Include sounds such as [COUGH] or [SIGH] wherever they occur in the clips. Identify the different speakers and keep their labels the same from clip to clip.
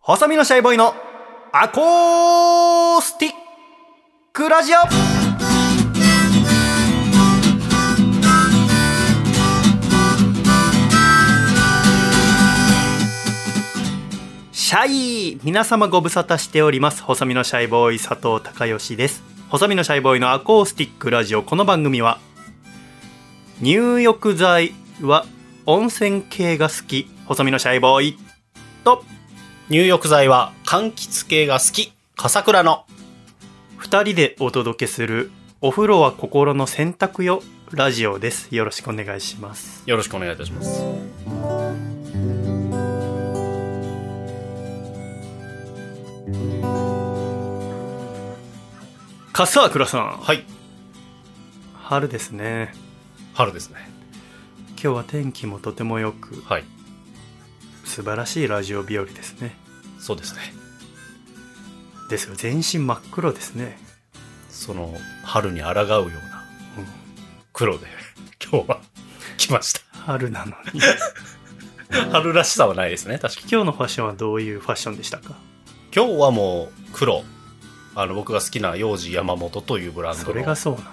Speaker 1: 細身のシャイボーイのアコースティックラジオシャイ皆様ご無沙汰しております細身のシャイボーイ佐藤孝義です細身のシャイボーイのアコースティックラジオこの番組は入浴剤は温泉系が好き細身のシャイボーイと
Speaker 2: 入浴剤は柑橘系が好き笠倉の
Speaker 1: 二人でお届けするお風呂は心の洗濯よラジオですよろしくお願いします
Speaker 2: よろしくお願いいたします
Speaker 1: 笠倉さん
Speaker 2: はい
Speaker 1: 春ですね
Speaker 2: 春ですね
Speaker 1: 今日は天気もとても良く
Speaker 2: はい
Speaker 1: 素晴らしいラジオ日和ですね
Speaker 2: そうですね
Speaker 1: ですが全身真っ黒ですね
Speaker 2: その春に抗うような
Speaker 1: うん
Speaker 2: 黒で [LAUGHS] 今日は来ました
Speaker 1: 春なの
Speaker 2: [LAUGHS]
Speaker 1: に
Speaker 2: 春らしさはないですね確かに
Speaker 1: 今日のファッションはどういうファッションでしたか
Speaker 2: 今日はもう黒あの僕が好きな幼児山本というブラン
Speaker 1: そ
Speaker 2: ド
Speaker 1: れ
Speaker 2: の
Speaker 1: がそうなん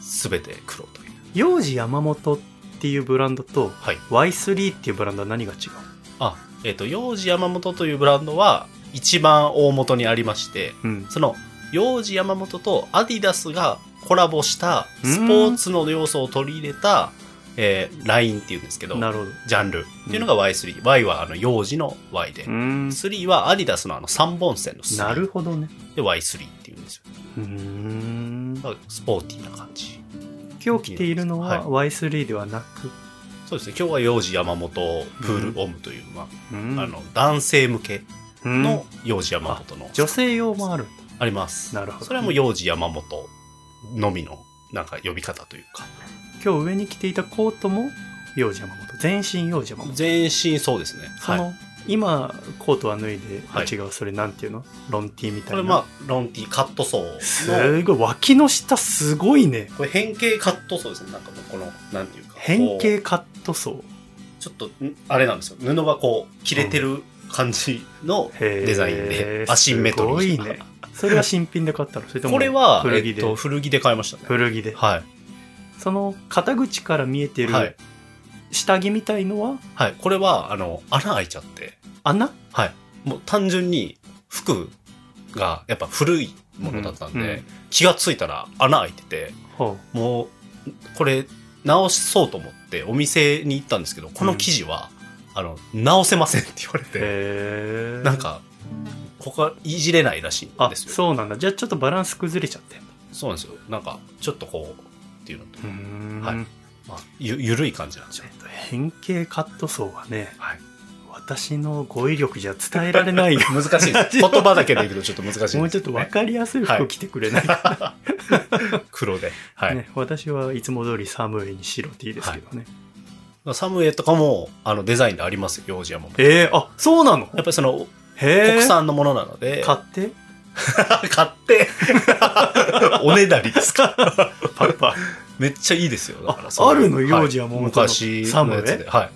Speaker 2: 全て黒という
Speaker 1: 幼児山本っていうブランドと
Speaker 2: はい
Speaker 1: Y3 っていうブランドは何が違う
Speaker 2: あえっ、と幼児山本というブランドは一番大元にありまして
Speaker 1: うん
Speaker 2: その幼児山本とアディダスがコラボしたスポーツの要素を取り入れた、えーラインっていうんですけど
Speaker 1: なるほど
Speaker 2: ジャンルっていうのが Y3、Y はあの幼児の Y で、
Speaker 1: うん
Speaker 2: 3はアディダスのあの3本線の3
Speaker 1: なるほどね
Speaker 2: で Y3 っていうんですよ
Speaker 1: うーん
Speaker 2: だからスポーティーな感じ
Speaker 1: 今日着ているのは Y3 ではなく、
Speaker 2: そうですね今日は幼児山本プールオムという、ま
Speaker 1: うん
Speaker 2: あ、あの男性向け
Speaker 1: うん
Speaker 2: の幼児山本の
Speaker 1: 女性用もあるん
Speaker 2: あります
Speaker 1: だなるほど
Speaker 2: それはもう幼児山本のみのなんか呼び方というか
Speaker 1: 今日上に着ていたコートも幼児山本全身幼児山本
Speaker 2: 全身そうですね
Speaker 1: そ
Speaker 2: はい
Speaker 1: の、今コートは脱いで、
Speaker 2: はい
Speaker 1: あ違うそれなんていうのロンティーみたい
Speaker 2: こ
Speaker 1: な
Speaker 2: れまあロンティーカットソーの
Speaker 1: すごい脇の下すごいね
Speaker 2: これ変形カットソーですねなんかもうこのなんていうか
Speaker 1: 変
Speaker 2: こ
Speaker 1: 形カットソー
Speaker 2: うちょっとんあれなんですよ布がこう切れてる感じの
Speaker 1: へー
Speaker 2: デザインでアシンメト
Speaker 1: す
Speaker 2: リー
Speaker 1: ごいねそれは新品で買ったのそれとも
Speaker 2: これは
Speaker 1: 古
Speaker 2: 古
Speaker 1: 着
Speaker 2: 着,、
Speaker 1: で
Speaker 2: えっと、古着で買いましたね
Speaker 1: 古着で
Speaker 2: は
Speaker 1: その肩口から見えて
Speaker 2: いはい
Speaker 1: る、下着みたいのは
Speaker 2: はい、これはあの穴開いちゃって
Speaker 1: 穴
Speaker 2: はいもう単純に服がやっぱ古いものだったんで、
Speaker 1: うんうん
Speaker 2: 気がついたら穴開いてて
Speaker 1: ほ
Speaker 2: もうこれ直そうと思ってお店に行ったんですけどこの生地は、あの直せませんって言われ
Speaker 1: う
Speaker 2: て
Speaker 1: へえ
Speaker 2: なんか他いじれないらしいん
Speaker 1: あ
Speaker 2: ですよそ
Speaker 1: そうなんだじゃあちょっとバランス崩れちゃってんだ
Speaker 2: うなんですよなんかちょっとこうっていうのと、
Speaker 1: うーん
Speaker 2: はいまあ、ゆゆるい感じなんです
Speaker 1: ちょ
Speaker 2: よ
Speaker 1: っと変形カット層はね
Speaker 2: はい
Speaker 1: 私の語彙力じゃ伝えられない
Speaker 2: [LAUGHS]
Speaker 1: よ
Speaker 2: 難しいです言葉だけで言うとちょっと難しいです
Speaker 1: もうちょっと分かりやすい服着てくれない、
Speaker 2: 黒で、はい
Speaker 1: ね、私はいつも通りサムエに白 T ですけどね、
Speaker 2: サムエとかもあのデザインでありますよ幼児山もやっ
Speaker 1: えー、あそうなの
Speaker 2: ぱりその
Speaker 1: へえ
Speaker 2: 国産のものなので、
Speaker 1: 買
Speaker 2: [LAUGHS]
Speaker 1: って
Speaker 2: 買って [LAUGHS] おねだりですか
Speaker 1: パパ
Speaker 2: めっちゃいいですよ。だから
Speaker 1: あ
Speaker 2: それ
Speaker 1: あるの
Speaker 2: はい
Speaker 1: 幼児はもう
Speaker 2: 昔
Speaker 1: サム
Speaker 2: の
Speaker 1: エ
Speaker 2: やつで。はい。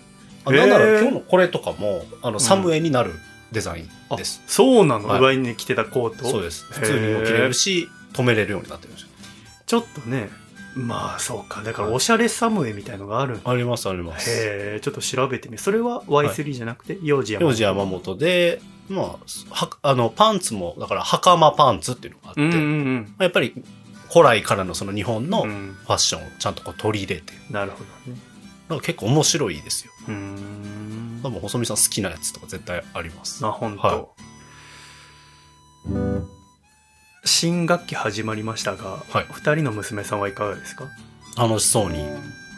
Speaker 1: へ
Speaker 2: あ
Speaker 1: ー
Speaker 2: なんなら今日のこれとかも、あの、サムエになるデザイ
Speaker 1: あ
Speaker 2: ンです。
Speaker 1: そうなの、
Speaker 2: はい
Speaker 1: 上に着てたコート
Speaker 2: そうです。普通にも着れるし、止めれるようになってるんですよ。
Speaker 1: ちょっとねまあそうかだからおしゃれサムエみたいのがあるんだ
Speaker 2: あります、あります。
Speaker 1: へえちょっと調べてみるそれは Y3 じゃなくて幼児山
Speaker 2: 幼児山本で、まあ、は、あの、パンツも、だから、袴パンツっていうのがあって、
Speaker 1: うんうん
Speaker 2: まあやっぱり、古来からのその日本の
Speaker 1: うんう
Speaker 2: フ
Speaker 1: ん
Speaker 2: ァッションをちゃんとこう取り入れて、
Speaker 1: なるほどね
Speaker 2: なんか結構面白いですよ。
Speaker 1: うーん
Speaker 2: 多分、細見さん好きなやつとか絶対あります。
Speaker 1: あ本当、
Speaker 2: は
Speaker 1: 新学期始まりましたが、
Speaker 2: はい
Speaker 1: 2人の娘さんはいかがですか
Speaker 2: 楽しそうに、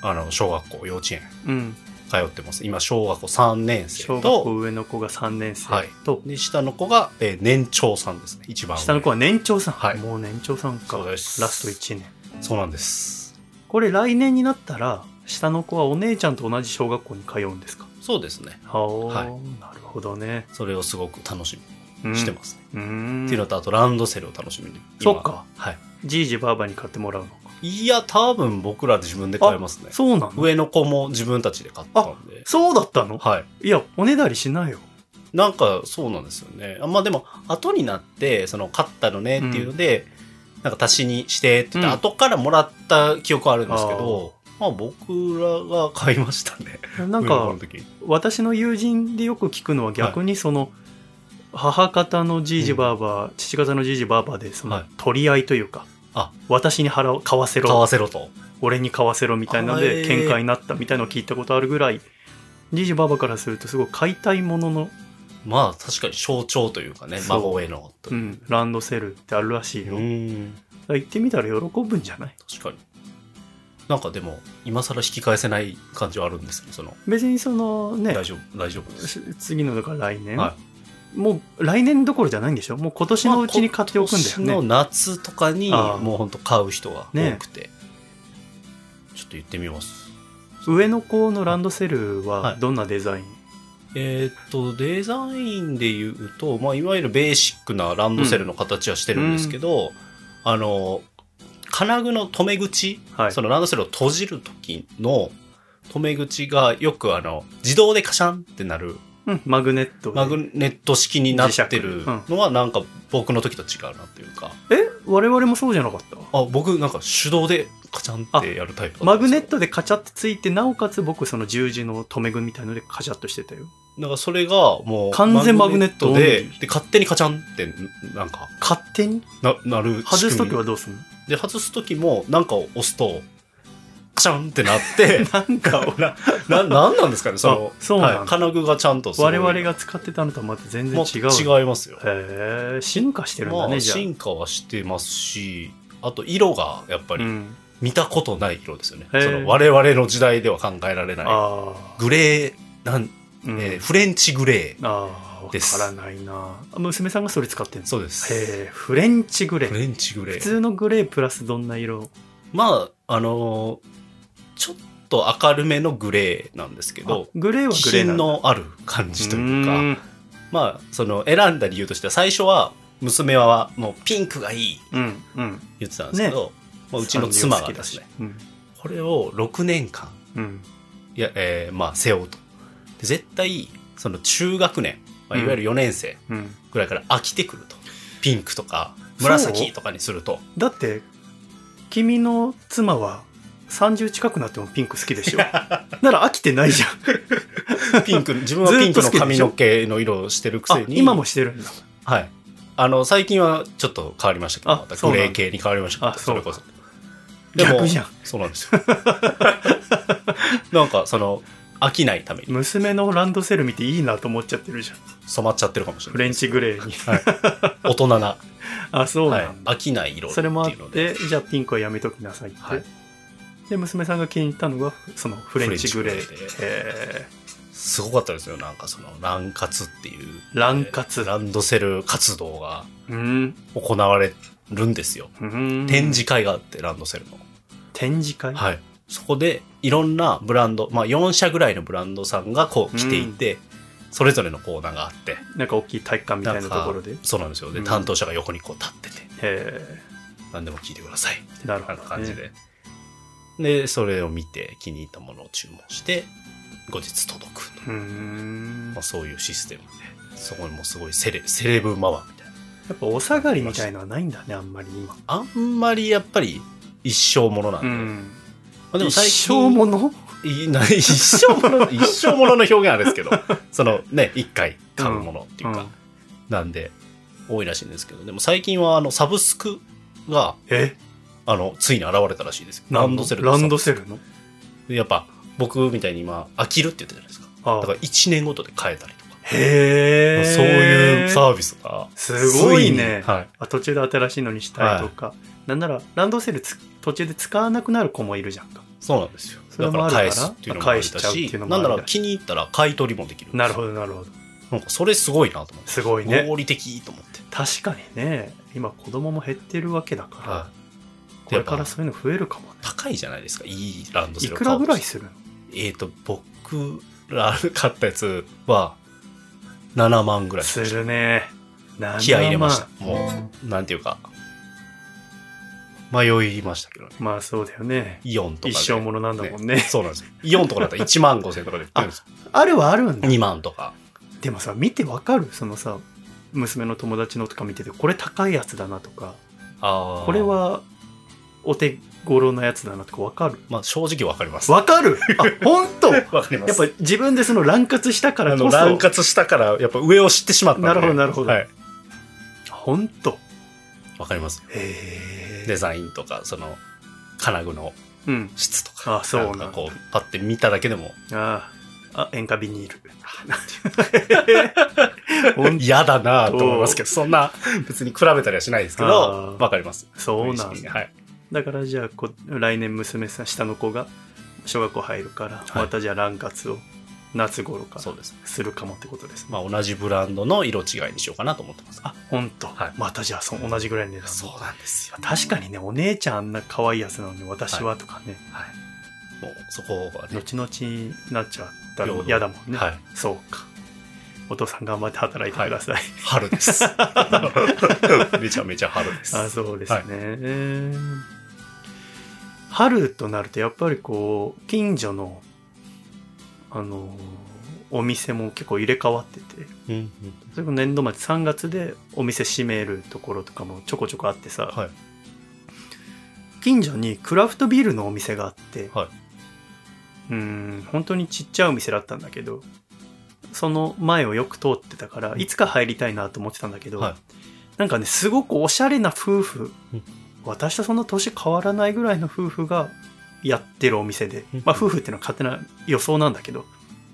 Speaker 2: あの、小学校、幼稚
Speaker 1: う
Speaker 2: 園、
Speaker 1: ん
Speaker 2: 通ってます。今、小学校3年
Speaker 1: 小
Speaker 2: 生
Speaker 1: 学校
Speaker 2: と、
Speaker 1: 上の子が3年生
Speaker 2: はい
Speaker 1: と、
Speaker 2: で下の子が、えー年長さんですね、一番上
Speaker 1: 下の子は年長さん、
Speaker 2: はい
Speaker 1: もう年長さんか
Speaker 2: そう
Speaker 1: ラ
Speaker 2: で
Speaker 1: ス
Speaker 2: す
Speaker 1: ト1年
Speaker 2: そうなんです。
Speaker 1: これ来年になったら下の子はお姉ちゃんと同じ小学校に通うんですか
Speaker 2: そうですね。
Speaker 1: はお、
Speaker 2: はい
Speaker 1: なるほどね、
Speaker 2: それをすごく楽し
Speaker 1: う
Speaker 2: み
Speaker 1: ん
Speaker 2: にしてます
Speaker 1: う
Speaker 2: ね。
Speaker 1: ーん
Speaker 2: っていうのと、あとランドセルを楽しみに。今
Speaker 1: そっ。か
Speaker 2: は
Speaker 1: じいじばあばに買ってもらうのか
Speaker 2: い。いや、多分僕らで自分で買えますね。
Speaker 1: そうなの
Speaker 2: 上の子も自分たちで買ったんで。
Speaker 1: そうだったの
Speaker 2: はい。
Speaker 1: いやおねだりしないよ
Speaker 2: なんかそうなんですよね。あまあでも、後になって、その、勝ったのねっていうので、なんか足しにしてって言って、
Speaker 1: うん
Speaker 2: 後からもらった記憶はあるんですけど、まあ僕らが買いましたね。
Speaker 1: なん
Speaker 2: 上の方
Speaker 1: か
Speaker 2: の時
Speaker 1: 私の友人でよく聞くのは逆にその、母方のじいじばあば、父方のじいじばあばでそ
Speaker 2: は
Speaker 1: の
Speaker 2: い
Speaker 1: 取り合いというか、
Speaker 2: あ
Speaker 1: 私に払う買わせ
Speaker 2: 買わ
Speaker 1: ろ
Speaker 2: せろと。
Speaker 1: 俺に買わせろみたいなので
Speaker 2: あー
Speaker 1: 喧嘩になったみたいなのを聞いたことあるぐらいじいじばあばからするとすごい買いたいものの、
Speaker 2: まあ確かに象徴というかね、
Speaker 1: そう
Speaker 2: 孫への。と
Speaker 1: うん、ランドセルってあるらしいよ、
Speaker 2: う
Speaker 1: だか
Speaker 2: ん
Speaker 1: ら行ってみたら喜ぶんじゃない
Speaker 2: 確かに。なんかでも、今更引き返せない感じはあるんですね。その、
Speaker 1: 別にそのね
Speaker 2: 大丈夫、大丈夫です。
Speaker 1: 次のだから来年、
Speaker 2: は
Speaker 1: もう来年どころじゃないんでしょもう今年のうちに買っておくんだよ
Speaker 2: 今年
Speaker 1: ね、
Speaker 2: の夏とかに、
Speaker 1: ああ
Speaker 2: もうほんと買う人が
Speaker 1: ね
Speaker 2: 多くて、ちょっと言ってみます。
Speaker 1: 上の子のランドセルは
Speaker 2: はい
Speaker 1: どんなデザイン、
Speaker 2: えーっと、デザインで言うと、まあ、いわゆるベーシックなランドセルの形はしてるんですけど、あの、金具の留め口、
Speaker 1: はい
Speaker 2: そのランドセルを閉じる時の留め口がよくあの、自動でカシャンってなる
Speaker 1: うん、マグネットで
Speaker 2: マグネット式になってる
Speaker 1: 磁石
Speaker 2: のはなんか僕の時と違うなっていうか、
Speaker 1: え我々もそうじゃなかった
Speaker 2: あ、僕なんか手動でカチャンってやるタイプだった
Speaker 1: マ
Speaker 2: んで
Speaker 1: グ
Speaker 2: すよ
Speaker 1: ネットでカチャってついてなおかつ僕その十字の留め具みたいのでカチャっとしてたよ
Speaker 2: なんかそれがもう
Speaker 1: 完全マグネット
Speaker 2: マグネで
Speaker 1: オンリー
Speaker 2: で勝手にカチャンってなんか
Speaker 1: 勝手に
Speaker 2: ななる
Speaker 1: 外す
Speaker 2: 仕組み
Speaker 1: 時はどうすんの
Speaker 2: で外す時もなんかを押すとカチャンってなって
Speaker 1: [LAUGHS] なんか
Speaker 2: なななんなんですかねその
Speaker 1: あそうなんだ
Speaker 2: はい金具がちゃんと
Speaker 1: 我々が使ってたのとはまた全然
Speaker 2: も
Speaker 1: 違う
Speaker 2: う違いますよ
Speaker 1: へえ進化してるん
Speaker 2: ま
Speaker 1: だね、
Speaker 2: あ
Speaker 1: じゃあ
Speaker 2: 進化はしてますしあと色がやっぱ
Speaker 1: う
Speaker 2: り
Speaker 1: ん、
Speaker 2: 見たことない色ですよね、
Speaker 1: へー
Speaker 2: その我々の時代では考えられない
Speaker 1: ああ
Speaker 2: グレーなん、
Speaker 1: うん
Speaker 2: えーフレンチグレー
Speaker 1: ああ、わ
Speaker 2: です
Speaker 1: からないな。あ娘さんがそれ使ってんの
Speaker 2: そうです
Speaker 1: へえ、フレンチグレ
Speaker 2: フ
Speaker 1: ー。
Speaker 2: レンチグレ
Speaker 1: 普
Speaker 2: ー
Speaker 1: 通のグレープラスどんな色
Speaker 2: まああのーちょっと明るめのグレーなんですけ
Speaker 1: あ
Speaker 2: ど
Speaker 1: グレーは
Speaker 2: 気
Speaker 1: グレーな
Speaker 2: 品
Speaker 1: んだ
Speaker 2: のある感じというか
Speaker 1: うーん
Speaker 2: まあその選んだ理由としては最初は娘はもうピンクがいい
Speaker 1: うんうん。
Speaker 2: 言ってたんですけど、まあ、うちの妻がですね
Speaker 1: うん。
Speaker 2: これを6年間
Speaker 1: うん。
Speaker 2: いや、えーまあ背負うとで絶対その中学年、まあ、いわゆる4年生、
Speaker 1: うん。
Speaker 2: ぐらいから飽きてくるとピンクとか
Speaker 1: そう
Speaker 2: 紫とかに
Speaker 1: [LAUGHS]
Speaker 2: すると
Speaker 1: だって、君の妻は30近くなってもピンク好きで [LAUGHS] しょ。なら飽きて [LAUGHS] ないじゃん。
Speaker 2: ピンク自分はピンクの髪の毛の色をしてるく
Speaker 1: あ
Speaker 2: せ、に
Speaker 1: 今もしてるんだ。
Speaker 2: はいあの最近はちょっと変わりましたけど
Speaker 1: あ
Speaker 2: また
Speaker 1: そう
Speaker 2: グ
Speaker 1: なんだ
Speaker 2: レー系に変わりました
Speaker 1: あ
Speaker 2: けどそれこそでも
Speaker 1: 逆じゃん。
Speaker 2: そうなんですよ [LAUGHS] なんかその飽きないために
Speaker 1: 娘のランドセル見ていいなと思っちゃってるじゃん。
Speaker 2: 染まっちゃってるかもしれ
Speaker 1: フ
Speaker 2: ない
Speaker 1: レンチグレー [LAUGHS] に。
Speaker 2: 大人な、
Speaker 1: あ、そう
Speaker 2: は
Speaker 1: ないんだ。
Speaker 2: 飽きない色って
Speaker 1: それもあっ
Speaker 2: いうので
Speaker 1: てじゃあピンクはやめときなさいって、
Speaker 2: はい
Speaker 1: で娘さんが気に入ったのがそのフレンチグレー
Speaker 2: フレンチグ
Speaker 1: え
Speaker 2: すごかったですよなんかそのラン活っていう
Speaker 1: ーラン活
Speaker 2: ランドセル活動が
Speaker 1: うん
Speaker 2: 行われるんですよ
Speaker 1: うん
Speaker 2: 展示会があって、ランドセルの。
Speaker 1: 展示会、
Speaker 2: はい。そこで、いろんなブランド、まあ4社ぐらいのブランドさんがこう来ていて、それぞれのコーナーがあって、
Speaker 1: なんか大きい体育館みたいなところでへ
Speaker 2: そうなんですよ。で、
Speaker 1: うん
Speaker 2: 担当者が横にこう立ってて、
Speaker 1: え
Speaker 2: 何でも聞いてください。み
Speaker 1: なる
Speaker 2: た
Speaker 1: ほ
Speaker 2: い
Speaker 1: ど、
Speaker 2: な
Speaker 1: ね、
Speaker 2: 感じで。で、それを見て気に入ったものを注文して、後日届くと。
Speaker 1: うーん
Speaker 2: まあ、そういうシステムで、そこにもすごいセレセレブママみたいな。
Speaker 1: やっぱお下がりみたいのはないんだねあんまり今
Speaker 2: あんまりやっぱり一生ものなんで。まあ、でも最
Speaker 1: 一
Speaker 2: 近
Speaker 1: 生もの
Speaker 2: いな一生もの、一生ものの表現あれで
Speaker 1: [LAUGHS]
Speaker 2: すけど、そのね、一回買うものっていうか、
Speaker 1: うん
Speaker 2: なんで、多いらしいんですけど、でも最近はあの、サブスクが、
Speaker 1: え
Speaker 2: あの、ついに現れたらしいですよ。ランドセル
Speaker 1: ランド
Speaker 2: ル。
Speaker 1: セルの
Speaker 2: でやっぱ、僕みたいに今、飽きるって言ったじゃないですか。
Speaker 1: あ
Speaker 2: だから1年ごとで変えたりとか、
Speaker 1: へえ
Speaker 2: そういうサービスが、
Speaker 1: すごいね
Speaker 2: つにはい。
Speaker 1: あ途中で新しいのにしたいとか、なんならランドセルつ途中で使わなくなる子もいるじゃんか
Speaker 2: そうなんですよ。
Speaker 1: それ
Speaker 2: だか
Speaker 1: もあ
Speaker 2: ら
Speaker 1: るから
Speaker 2: 返すっていうのもありだ
Speaker 1: 返しちゃうって
Speaker 2: し、
Speaker 1: いうのもあ
Speaker 2: な
Speaker 1: り
Speaker 2: ん
Speaker 1: だ
Speaker 2: なら気に入ったら買い取りもできるんですよ
Speaker 1: なるほどなるほど
Speaker 2: なんかそれすごいなと思って。
Speaker 1: すごいね
Speaker 2: 合理的と思って。
Speaker 1: 確かにね今子供も減ってるわけだから、
Speaker 2: はい。
Speaker 1: これからそういうの増えるかもね
Speaker 2: 高いじゃないですか、いいランドセ
Speaker 1: い
Speaker 2: ルを
Speaker 1: く
Speaker 2: 買
Speaker 1: ら
Speaker 2: おう
Speaker 1: ぐ
Speaker 2: と
Speaker 1: らいするの
Speaker 2: えっ、と、僕ら買ったやつは、7万ぐらいし
Speaker 1: す
Speaker 2: ました。
Speaker 1: るね7万
Speaker 2: 気合い入れました。もう、なんていうか、迷いましたけどね。
Speaker 1: まあそうだよね
Speaker 2: イオンとかで。
Speaker 1: 一生ものなんだもんね
Speaker 2: そうなんですよ。イオンとかだったら1万5千とかで売ってるんですよ。
Speaker 1: あるはあるんだ
Speaker 2: 2万とか。
Speaker 1: でもさ見てわかるそのさ娘の友達のとか見ててこれ高いやつだなとか
Speaker 2: あー
Speaker 1: これ、はお手頃なやつだなとかわかる
Speaker 2: まあ、正直わかります。わ
Speaker 1: わか
Speaker 2: [LAUGHS]
Speaker 1: るあ本当やっ
Speaker 2: かりま
Speaker 1: ぱ自分でその乱活したから
Speaker 2: あ
Speaker 1: こ
Speaker 2: の
Speaker 1: そ
Speaker 2: 乱活したから、やっぱ上を知ってしまったんで
Speaker 1: なるほどなるほど
Speaker 2: はい。
Speaker 1: 本当
Speaker 2: わかります。
Speaker 1: へえ
Speaker 2: デザインとか、その、金具の
Speaker 1: うん
Speaker 2: 質とか。
Speaker 1: あそうなんだ
Speaker 2: かこう、パッて見ただけでも、
Speaker 1: あああ塩化ビニ
Speaker 2: [LAUGHS]
Speaker 1: ール [LAUGHS]
Speaker 2: 嫌だなと思いますけど、そんな、別に比べたりはしないですけ
Speaker 1: あ
Speaker 2: ど
Speaker 1: ー、
Speaker 2: わかります。
Speaker 1: そうなんだ
Speaker 2: はい。
Speaker 1: だからじゃあこ来年娘さん下の子が小学校入るから、
Speaker 2: はい
Speaker 1: またじゃあ乱活を夏頃か
Speaker 2: そう
Speaker 1: ら
Speaker 2: です。
Speaker 1: するかもってことですね
Speaker 2: まあ、同じブランドの色違いにしようかなと思ってます。
Speaker 1: あ本当、
Speaker 2: はい
Speaker 1: またじゃあそ同じぐらいの値段
Speaker 2: そうなんですよ。
Speaker 1: 確かにねお姉ちゃんあんな可愛いやつなのに私はとかね、
Speaker 2: はい。もう、そこはね、
Speaker 1: 後々になっちゃった
Speaker 2: 平
Speaker 1: ら
Speaker 2: 等
Speaker 1: 嫌だもんね、
Speaker 2: はい。
Speaker 1: そうかお父さん頑張って働いてください、
Speaker 2: 春 [LAUGHS] です。めちゃめちゃ春です。
Speaker 1: あそうですね、えー春となるとやっぱりこう近所のあのーお店も結構入れ替わってて
Speaker 2: うんうん
Speaker 1: それこそ年度末3月でお店閉めるところとかもちょこちょこあってさ、
Speaker 2: はい。
Speaker 1: 近所にクラフトビールのお店があって、
Speaker 2: はいう
Speaker 1: ーん本当にちっちゃいお店だったんだけどその前をよく通ってたからいつか入りたいなと思ってたんだけど、
Speaker 2: はい
Speaker 1: なんかねすごくおしゃれな夫婦、
Speaker 2: うん
Speaker 1: 私とそんな年変わらないぐらいの夫婦がやってるお店で
Speaker 2: うん、
Speaker 1: まあ、夫婦っていうのは勝手な予想なんだけど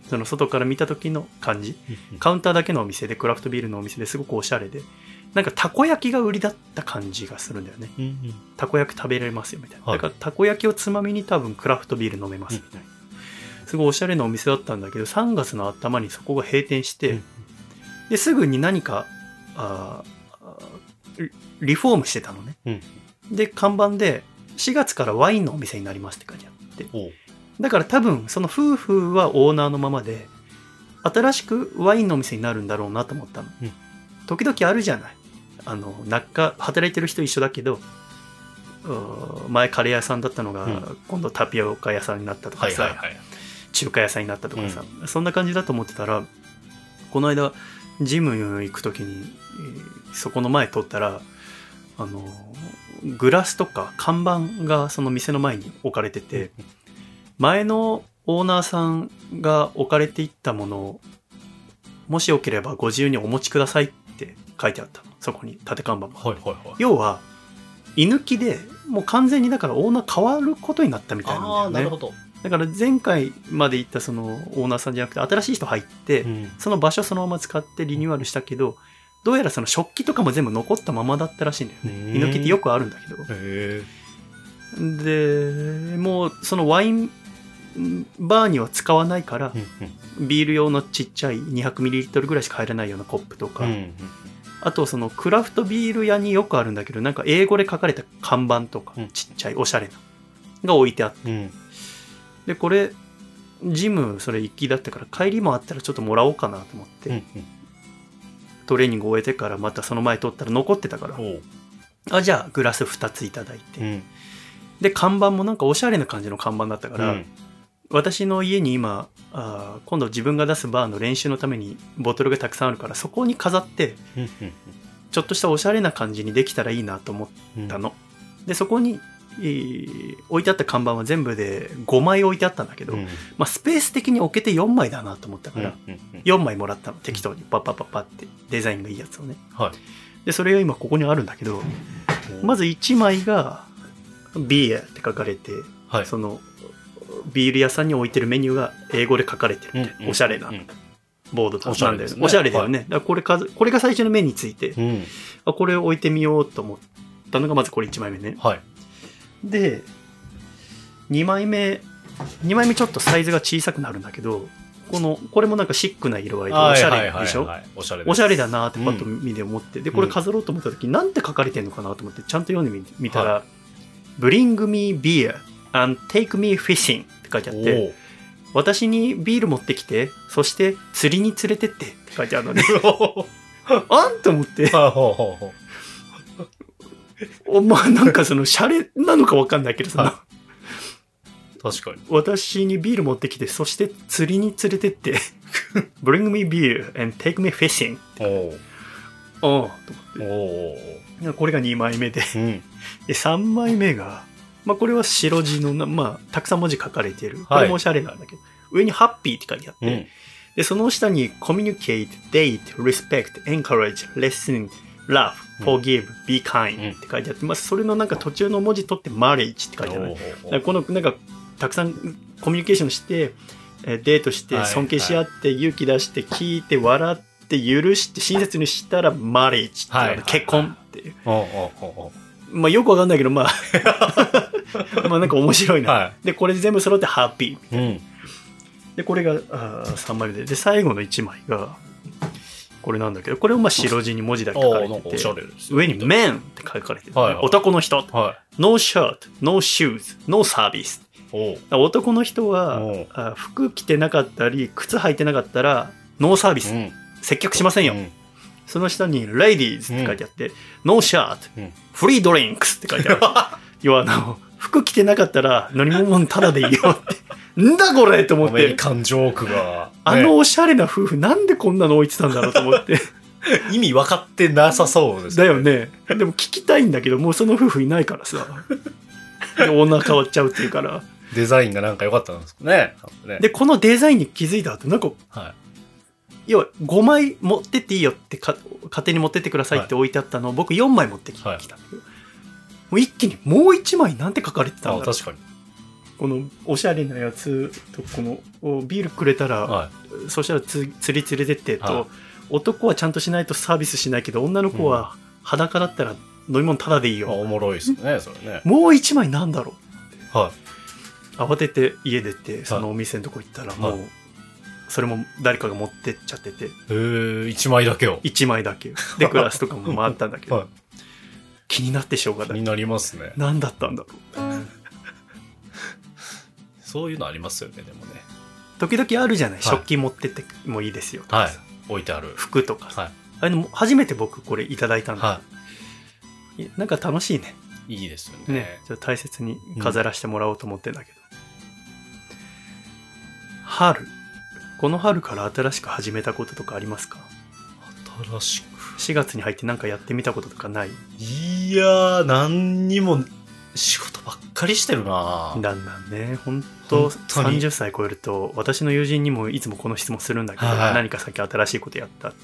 Speaker 1: その外から見た時の感じカウンターだけのお店でクラフトビールのお店ですごくおしゃれでなんかたこ焼きが売りだった感じがするんだよね
Speaker 2: うんうん
Speaker 1: たこ焼き食べられますよみたいな、
Speaker 2: はい
Speaker 1: だからたこ焼きをつまみに多分クラフトビール飲めますみたいな、すごいおしゃれなお店だったんだけど3月の頭にそこが閉店して、
Speaker 2: うん
Speaker 1: ですぐに何かあーあーリリフォームしてたのね、
Speaker 2: うん
Speaker 1: で看板で4月からワインのお店になりますって感じあって
Speaker 2: おう
Speaker 1: だから多分その夫婦はオーナーのままで新しくワインのお店になるんだろうなと思ったの、
Speaker 2: うん
Speaker 1: 時々あるじゃないあの中働いてる人一緒だけどうー前カレー屋さんだったのが、
Speaker 2: うん
Speaker 1: 今度タピオカ屋さんになったと
Speaker 2: は
Speaker 1: か
Speaker 2: い
Speaker 1: さ、
Speaker 2: はいはい。
Speaker 1: 中華屋さんになったとかさ、そんな感じだと思ってたらこの間ジム行く時にえーそこの前通ったらあのグラスとか看板がその店の前に置かれてて、前のオーナーさんが置かれていったものをもしよければご自由にお持ちくださいって書いてあったのそこに縦看板が
Speaker 2: はいはいはい。
Speaker 1: 要は居抜きでもう完全にだからオーナー変わることになったみたい
Speaker 2: あ
Speaker 1: な
Speaker 2: あ、
Speaker 1: んだ
Speaker 2: な
Speaker 1: よね
Speaker 2: るほど。
Speaker 1: だから前回まで行ったそのオーナーさんじゃなくて新しい人入って、
Speaker 2: うん
Speaker 1: その場所そのまま使ってリニューアルしたけど、どうやらその食器とかも全部残ったままだったらしいんだよね。居抜きってよくあるんだけど。
Speaker 2: へ
Speaker 1: で、もうそのワインバーには使わないから
Speaker 2: え。う、んうん
Speaker 1: ビール用のちっちゃい 200ml ぐらいしか入らないようなコップとか、
Speaker 2: うんうん
Speaker 1: あとそのクラフトビール屋によくあるんだけど、なんか英語で書かれた看板とか
Speaker 2: うん、
Speaker 1: ちっちゃいおしゃれな、が置いてあって
Speaker 2: うん
Speaker 1: でこれジムそれ行きだったから帰りもあったらちょっともらおうかなと思って、
Speaker 2: うん
Speaker 1: トレーニング終えてからまたその前取ったら残ってたから
Speaker 2: おう
Speaker 1: あじゃあグラス2ついただいて、
Speaker 2: うん
Speaker 1: で看板もなんかおしゃれな感じの看板だったから、
Speaker 2: うん
Speaker 1: 私の家に今あー今度自分が出すバーの練習のためにボトルがたくさんあるからそこに飾って
Speaker 2: うん
Speaker 1: ちょっとしたおしゃれな感じにできたらいいなと思っ
Speaker 2: うん
Speaker 1: たの、でそこにえー置いてあった看板は全部で5枚置いてあったんだけど、
Speaker 2: うん
Speaker 1: まあ、スペース的に置けて4枚だなと思ったから、
Speaker 2: うんうん
Speaker 1: 4枚もらったの適当にパッパッパッパってデザインがいいやつをね
Speaker 2: は
Speaker 1: でそれが今ここにあるんだけど
Speaker 2: い
Speaker 1: まず1枚がビールって書かれて
Speaker 2: はい
Speaker 1: そのビール屋さんに置いてるメニューが英語で書かれてるみたいな、おしゃれな
Speaker 2: うん
Speaker 1: ボードと
Speaker 2: おしゃ
Speaker 1: なん
Speaker 2: れ
Speaker 1: だよ
Speaker 2: です
Speaker 1: ね
Speaker 2: ね
Speaker 1: おしゃれだよね、だからこれかこれが最初の目について、
Speaker 2: うん
Speaker 1: あこれを置いてみようと思ったのがまずこれ1枚目ね
Speaker 2: はい
Speaker 1: で2枚目2枚目ちょっとサイズが小さくなるんだけどこのこれもなんかシックな色合いでおしゃれでしょ、
Speaker 2: はいはいはいはいおしゃれです
Speaker 1: おしゃれだなってパッと見で思って、でこれ飾ろうと思った時なんて書かれてるのかなと思ってちゃんと読んでみ見たら、Bring me beer and take me fishing」って書いてあって「私にビール持ってきてそして釣りに連れてって」って書いてあるので
Speaker 2: おう
Speaker 1: [LAUGHS] あんと思って
Speaker 2: はあほうほうほう
Speaker 1: おまあなんかそのシャレなのかわかんないけどその
Speaker 2: は [LAUGHS] 確かに
Speaker 1: [LAUGHS] 私にビール持ってきてそして釣りに連れてって Bring me beer and take me fishing
Speaker 2: おー
Speaker 1: おう
Speaker 2: おー
Speaker 1: いやこれが2枚目で
Speaker 2: うん
Speaker 1: で3枚目が、まあ、これは白地のな、まあ、たくさん文字書かれているこれもおしゃれなんだけど、上に「ハッピー」って書いてあって、
Speaker 2: うん
Speaker 1: でその下に「communicate date respect encourage listen love
Speaker 2: うん
Speaker 1: forgive be kind」って書いてあって、まあ、それのなんか途中の文字取って「marriage」って書いてあるだか
Speaker 2: お
Speaker 1: ら
Speaker 2: ー
Speaker 1: このなんかたくさんコミュニケーションしてえーデートして
Speaker 2: はい
Speaker 1: 尊敬し合って勇気出して聞いて笑って許して親切にしたら「marriage」って
Speaker 2: はい
Speaker 1: あの結婚っていう。
Speaker 2: おーお
Speaker 1: まあよ [LAUGHS] くわかんないけど、まあ、まあなんか面白い
Speaker 2: ー
Speaker 1: な。
Speaker 2: は
Speaker 1: で、これ全部揃ってハッピ
Speaker 2: いうん
Speaker 1: ー。で、これがあ3枚目で。で、最後の1枚が、これなんだけど、これをまあ白地に文字だけ書
Speaker 2: お
Speaker 1: か
Speaker 2: ー
Speaker 1: れ
Speaker 2: な
Speaker 1: て
Speaker 2: んかお
Speaker 1: て
Speaker 2: し、ゃれですね
Speaker 1: 上に men って書かれてる、
Speaker 2: はいはい
Speaker 1: 男の人。
Speaker 2: は
Speaker 1: no shirt, no shoes, no service。
Speaker 2: いおー
Speaker 1: だから男の人は
Speaker 2: おう
Speaker 1: あ服着てなかったり、靴履いてなかったら、ノーサービス、
Speaker 2: うん
Speaker 1: 接客しませんよ。
Speaker 2: うん
Speaker 1: その下に ladies って書いてあって、no shirt,
Speaker 2: うん
Speaker 1: free drinks って書い
Speaker 2: [LAUGHS]
Speaker 1: てある。要はあの服着てなかったら乗り物ただでいいよって [LAUGHS] んだこれと思
Speaker 2: ア
Speaker 1: っ
Speaker 2: メリ
Speaker 1: て
Speaker 2: カンジョークが、
Speaker 1: あの
Speaker 2: ね
Speaker 1: おしゃれな夫婦なんでこんなの置いてたんだろうと思って
Speaker 2: [LAUGHS] 意味分かってなさそうです
Speaker 1: だよねでも聞きたいんだけどもうその夫婦いないからさでオーナー変わっちゃうっていうから
Speaker 2: デザインがなんか良かったんですかね。ね
Speaker 1: でこのデザインに気づいた後なんか
Speaker 2: は
Speaker 1: 要は5枚持ってっていいよってか勝手に持ってってくださいって置いてあったのを僕4枚持ってき,、
Speaker 2: はい
Speaker 1: きたんだけどもう一気にもう1枚なんて書かれて
Speaker 2: い、
Speaker 1: たん
Speaker 2: あ
Speaker 1: だろう
Speaker 2: 確かに。
Speaker 1: このおしゃれなやつとこのおビールくれたら、
Speaker 2: は
Speaker 1: そしたらつ釣り連れてってと、
Speaker 2: はい
Speaker 1: 男はちゃんとしないとサービスしないけど女の子は裸だったら飲み物タダでいい
Speaker 2: い、まあ
Speaker 1: よ、
Speaker 2: おもろいですね、それね。
Speaker 1: もう一枚なんだろ
Speaker 2: は
Speaker 1: う慌てて家出てそのお店のとこ行ったらもう、
Speaker 2: はい
Speaker 1: それも誰かが持ってっちゃってて
Speaker 2: い。えー、一枚だけを。
Speaker 1: 一枚だけでグラスとかも回ったんだけど、
Speaker 2: はい
Speaker 1: 気になってしょうが
Speaker 2: 気
Speaker 1: な
Speaker 2: に
Speaker 1: い
Speaker 2: なりますね。
Speaker 1: 何だったんだろう
Speaker 2: そういうのありますよね、でもね。
Speaker 1: 時々あるじゃない、
Speaker 2: い
Speaker 1: 食器持ってってもいいですよとか
Speaker 2: はい
Speaker 1: さ、。
Speaker 2: 置いてある。
Speaker 1: 服とかさ、
Speaker 2: は
Speaker 1: あれの初めて僕これいただいた
Speaker 2: い。
Speaker 1: ん
Speaker 2: は
Speaker 1: だけど、いなんか楽しいね
Speaker 2: い。いいですよね。
Speaker 1: ね、ちょっと大切に飾らせてもらおうと思ってんだけど、春この春から新しく始めたこととかありますか
Speaker 2: 新しく。
Speaker 1: 4月に入ってなんかやってみたこととかない
Speaker 2: いやー、何にも仕事ばっかりしてるな
Speaker 1: だんだんね本当
Speaker 2: 本当に
Speaker 1: 30歳超えると私の友人にもいつもこの質問するんだけど、
Speaker 2: はいはい
Speaker 1: 何かさっき新しいことやったって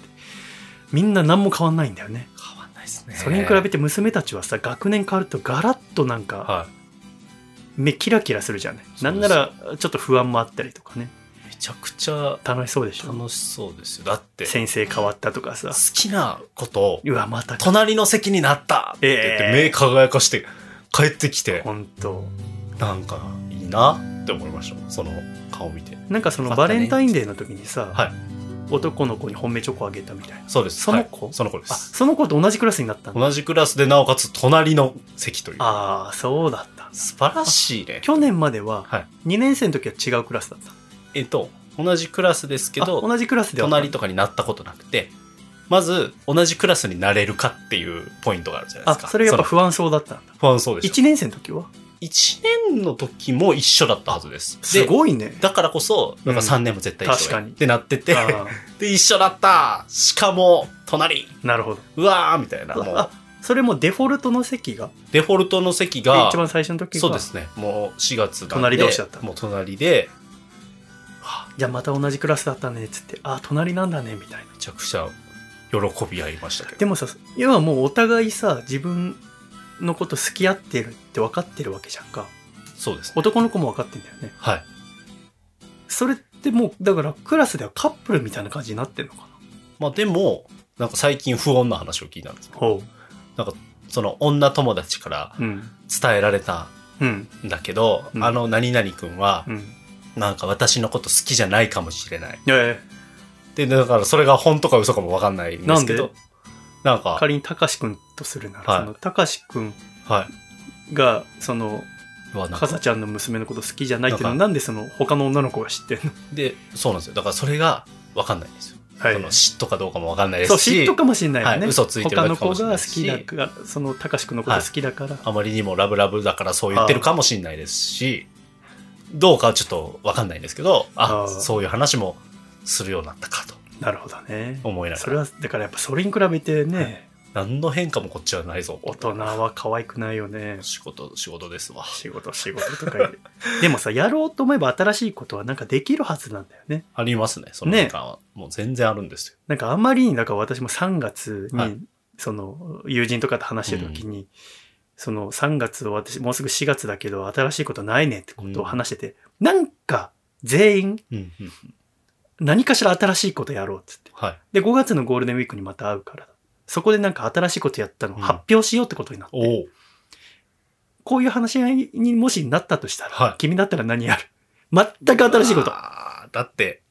Speaker 1: みんな何も変わんないんだよね
Speaker 2: 変わんないですね。
Speaker 1: それに比べて娘たちはさ学年変わるとガラッとなんか
Speaker 2: は
Speaker 1: 目キラキラするじゃないなんならちょっと不安もあったりとかね
Speaker 2: い。めちゃくちゃ
Speaker 1: 楽しそうでしょ
Speaker 2: 楽しそうですよ。だって、好
Speaker 1: 先生変わったとかさ
Speaker 2: きなことを
Speaker 1: うわまた
Speaker 2: 隣の席になったって言って
Speaker 1: ええ
Speaker 2: 目輝かして帰ってきて、
Speaker 1: 本当
Speaker 2: なんかいいなって思いましたその顔見て
Speaker 1: なんかその
Speaker 2: あった
Speaker 1: バ
Speaker 2: ね
Speaker 1: レンタインデーの時にさ、
Speaker 2: はい
Speaker 1: 男の子に本命チョコあげたみたいな
Speaker 2: そうです
Speaker 1: その子
Speaker 2: はいその子で
Speaker 1: あ
Speaker 2: す
Speaker 1: その子と同じクラスになったんだ
Speaker 2: 同じクラスでなおかつ隣の席という
Speaker 1: ああそうだったんだ
Speaker 2: 素晴らしいね
Speaker 1: 去年までは
Speaker 2: はい
Speaker 1: 2年生の時は違うクラスだった
Speaker 2: えっと同じクラスですけ
Speaker 1: あ
Speaker 2: ど
Speaker 1: 同じクラスでは
Speaker 2: 隣とかになったことなくてまず同じクラスになれるかっていうポイントがあるじゃない
Speaker 1: あ
Speaker 2: ですか
Speaker 1: それやっぱ
Speaker 2: の
Speaker 1: 不安そうだったんだ
Speaker 2: 不安そうでしょ
Speaker 1: 1年生の時は
Speaker 2: 1, 年の時も一緒だったはずですです
Speaker 1: ごいね
Speaker 2: だからこそなんか3年も絶対一緒
Speaker 1: うん確かに
Speaker 2: ってなってて、
Speaker 1: あ
Speaker 2: で、一緒だったしかも、隣
Speaker 1: ーなるほど
Speaker 2: うわーみたいな。 [LAUGHS] も [LAUGHS] う
Speaker 1: あ、それもデフォルトの席が
Speaker 2: デフォルトの席
Speaker 1: で
Speaker 2: が
Speaker 1: 一、番最初の時が
Speaker 2: そうですね。もう4月なんで
Speaker 1: 隣同士だった
Speaker 2: もう隣で、
Speaker 1: じゃあまた同じクラスだったねっつってあー隣なんだねみたいな
Speaker 2: めちゃくちゃ喜び合いましたけど。
Speaker 1: でもさ要はもうお互いさ自分のこと好き合ってるって分かってるわけじゃんか
Speaker 2: そうですね。
Speaker 1: 男の子も分かってんだよね
Speaker 2: はい。
Speaker 1: それってもうだからクラスではカップルみたいな感じになってんのかな
Speaker 2: まあでも、なんか最近不穏な話を聞いたんですけど、
Speaker 1: ほ
Speaker 2: その女友達から
Speaker 1: ううん
Speaker 2: 伝えられた
Speaker 1: うん
Speaker 2: んだけど、
Speaker 1: うん
Speaker 2: あの何々くんは
Speaker 1: う、ん
Speaker 2: なんか私のこと好きじゃないかもしれない。
Speaker 1: え
Speaker 2: で、だからそれが本とか嘘かもわかんないんですけ
Speaker 1: な
Speaker 2: ど
Speaker 1: んで、
Speaker 2: なん
Speaker 1: え
Speaker 2: か、
Speaker 1: 仮にたかしくんとするなら、
Speaker 2: はい
Speaker 1: そのたかしくん
Speaker 2: はい。
Speaker 1: がその
Speaker 2: うわなん
Speaker 1: か
Speaker 2: か
Speaker 1: さちゃんの娘のこと好きじゃないっていうのは
Speaker 2: なん
Speaker 1: なんでその他の女の子が知ってんの
Speaker 2: で、そうなんですよ。だからそれが分かんないんですよ。
Speaker 1: は
Speaker 2: その嫉妬かどうかも分かんないで
Speaker 1: そう
Speaker 2: すし、
Speaker 1: 嫉妬かもしれないよね、
Speaker 2: はい嘘ついてる
Speaker 1: 他
Speaker 2: だ
Speaker 1: の
Speaker 2: けか
Speaker 1: 子
Speaker 2: もしれな
Speaker 1: が
Speaker 2: い
Speaker 1: 好
Speaker 2: し
Speaker 1: きだからそのたかしくんのこと好きだから、
Speaker 2: あまりにもラブラブだからそう言ってるかもしれないですし、どうかはちょっと分かんないんですけど、
Speaker 1: あ
Speaker 2: あ
Speaker 1: ー
Speaker 2: そういう話もするようになったかと
Speaker 1: なるほどね
Speaker 2: 思いなが
Speaker 1: それ
Speaker 2: ら
Speaker 1: はだからやっぱそれに比べてね、
Speaker 2: 何の変化もこっちはないぞ
Speaker 1: 大人は可愛くないよね
Speaker 2: 仕事仕事ですわ
Speaker 1: 仕事仕事とか言う [LAUGHS] でもさやろうと思えば新しいことはなんかできるはずなんだよね
Speaker 2: ありますねその
Speaker 1: ね
Speaker 2: 時間は、もう全然あるんですよ
Speaker 1: なんかあんまりになんか私も3月に、
Speaker 2: はい
Speaker 1: その友人とかと話してる時に、その3月を私もうすぐ4月だけど新しいことないねってことを話してて、なんか全員
Speaker 2: うんうん
Speaker 1: 何かしら新しいことやろうっつって
Speaker 2: はい
Speaker 1: で5月のゴールデンウィークにまた会うからそこでなんか新しいことやったのを
Speaker 2: うん
Speaker 1: 発表しようってことになって、
Speaker 2: おお
Speaker 1: こういう話し合いにもしなったとしたら、
Speaker 2: はい
Speaker 1: 君だったら何やる全く新しいこと。
Speaker 2: あーだって、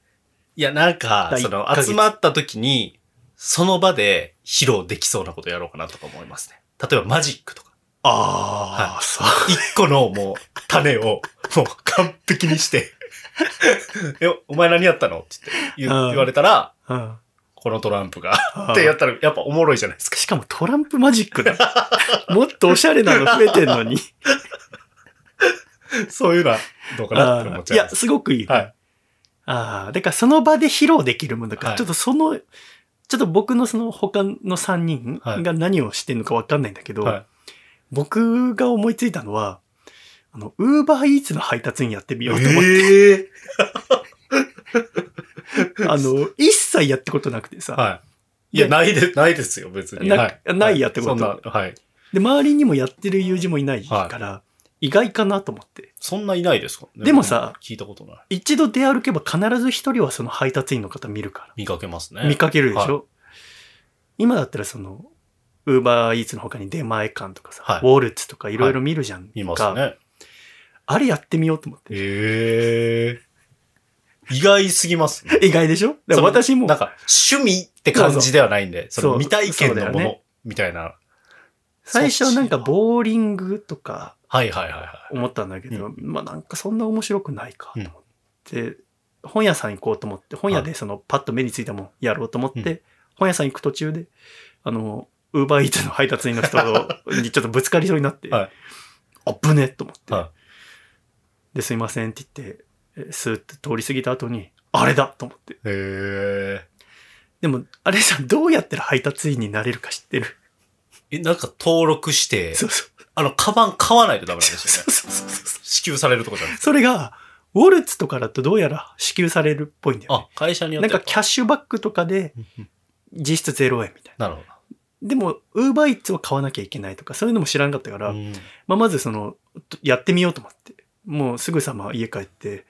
Speaker 2: いや、なんか、
Speaker 1: 第一
Speaker 2: その
Speaker 1: ヶ、月
Speaker 2: 集まった時に、その場で披露できそうなことやろうかなとか思いますね。例えばマジックとか。
Speaker 1: ああ、そう。
Speaker 2: 一個のもう、種を、もう完璧にして、 [LAUGHS] え、お前何やったのって言って言
Speaker 1: うん
Speaker 2: 言われたら、
Speaker 1: うん
Speaker 2: このトランプが、ってやったら、やっぱおもろいじゃないですか。
Speaker 1: しかもトランプマジックだ。 [LAUGHS] もっとおしゃれなの増えてんのに。
Speaker 2: そういうのはどうかなって思っ
Speaker 1: あー
Speaker 2: ち
Speaker 1: い
Speaker 2: ゃいま
Speaker 1: や、
Speaker 2: す。
Speaker 1: すごくいい。
Speaker 2: はい。
Speaker 1: ああ、だからその場で披露できるものだから、
Speaker 2: はい
Speaker 1: ちょっとその、ちょっと僕のその他の3人
Speaker 2: はい
Speaker 1: が何をしてんのかわかんないんだけど、
Speaker 2: はい
Speaker 1: 僕が思いついたのは、あの、ウーバーイーツの配達員やってみようと思って、
Speaker 2: ええ
Speaker 1: あの、一切やったことなくてさ、
Speaker 2: はい。いや、
Speaker 1: で
Speaker 2: ないで、ないですよ、別に。
Speaker 1: な
Speaker 2: はい
Speaker 1: ないやってこと
Speaker 2: はいそんな、はい。
Speaker 1: で、周りにもやってる友人もいないから、意外かなと思って。
Speaker 2: そんないないですかね
Speaker 1: でもさ、
Speaker 2: 聞いたことない。
Speaker 1: 一度出歩けば必ず一人はその配達員の方見るから。
Speaker 2: 見かけますね。
Speaker 1: 見かけるでしょ、
Speaker 2: は
Speaker 1: 今だったらその、ウーバーイーツの他に出前館とかさ、
Speaker 2: はい
Speaker 1: ウォルツとかいろいろ見るじゃんか、
Speaker 2: 見ますね。
Speaker 1: あれやってみようと思って。
Speaker 2: へえ。意外すぎますね。
Speaker 1: 意外でしょだから私も
Speaker 2: なんか、趣味って感じではないんで、
Speaker 1: そ
Speaker 2: そうの未体験
Speaker 1: そ
Speaker 2: の
Speaker 1: うだ
Speaker 2: も
Speaker 1: よ
Speaker 2: のみたいな。
Speaker 1: 最初なんか
Speaker 2: そっち
Speaker 1: ボーリングとか
Speaker 2: はいはいはいは
Speaker 1: 思ったんだけど、
Speaker 2: う
Speaker 1: まあなんかそんな面白くないかと思って、本屋さん行こうと思って、本屋でそのパッと目についたもんやろうと思って、
Speaker 2: うん
Speaker 1: 本屋さん行く途中で、あの、ウーバーイーツの配達員の人にちょっとぶつかりそうになって、
Speaker 2: はい
Speaker 1: あぶねえと思って、
Speaker 2: は
Speaker 1: で、すいませんって言って、えスーッて通り過ぎた後に、あれだと思って。
Speaker 2: い。へえ。
Speaker 1: でも、あれさん、どうやったら配達員になれるか知ってる
Speaker 2: え、なんか登録して、
Speaker 1: そうそう。
Speaker 2: あの、カバン買わないとダメなんですよ
Speaker 1: そ
Speaker 2: ね。
Speaker 1: うそうそうそう。
Speaker 2: 支給されるとこじゃなくて。
Speaker 1: それが、ウォルツとかだとどうやら支給されるっぽいんだよ、
Speaker 2: あ、会社に
Speaker 1: ね。
Speaker 2: よっ
Speaker 1: な
Speaker 2: て
Speaker 1: んかキャッシュバックとかで
Speaker 2: うんうん
Speaker 1: 実質0円みたいな。
Speaker 2: なるほ
Speaker 1: でも、ウーバーイーツを買わなきゃいけないとか、そういうのも知らんかったから、
Speaker 2: ど。うん
Speaker 1: まあ、まずその、とやってみようと思って。もうすぐさま家帰って、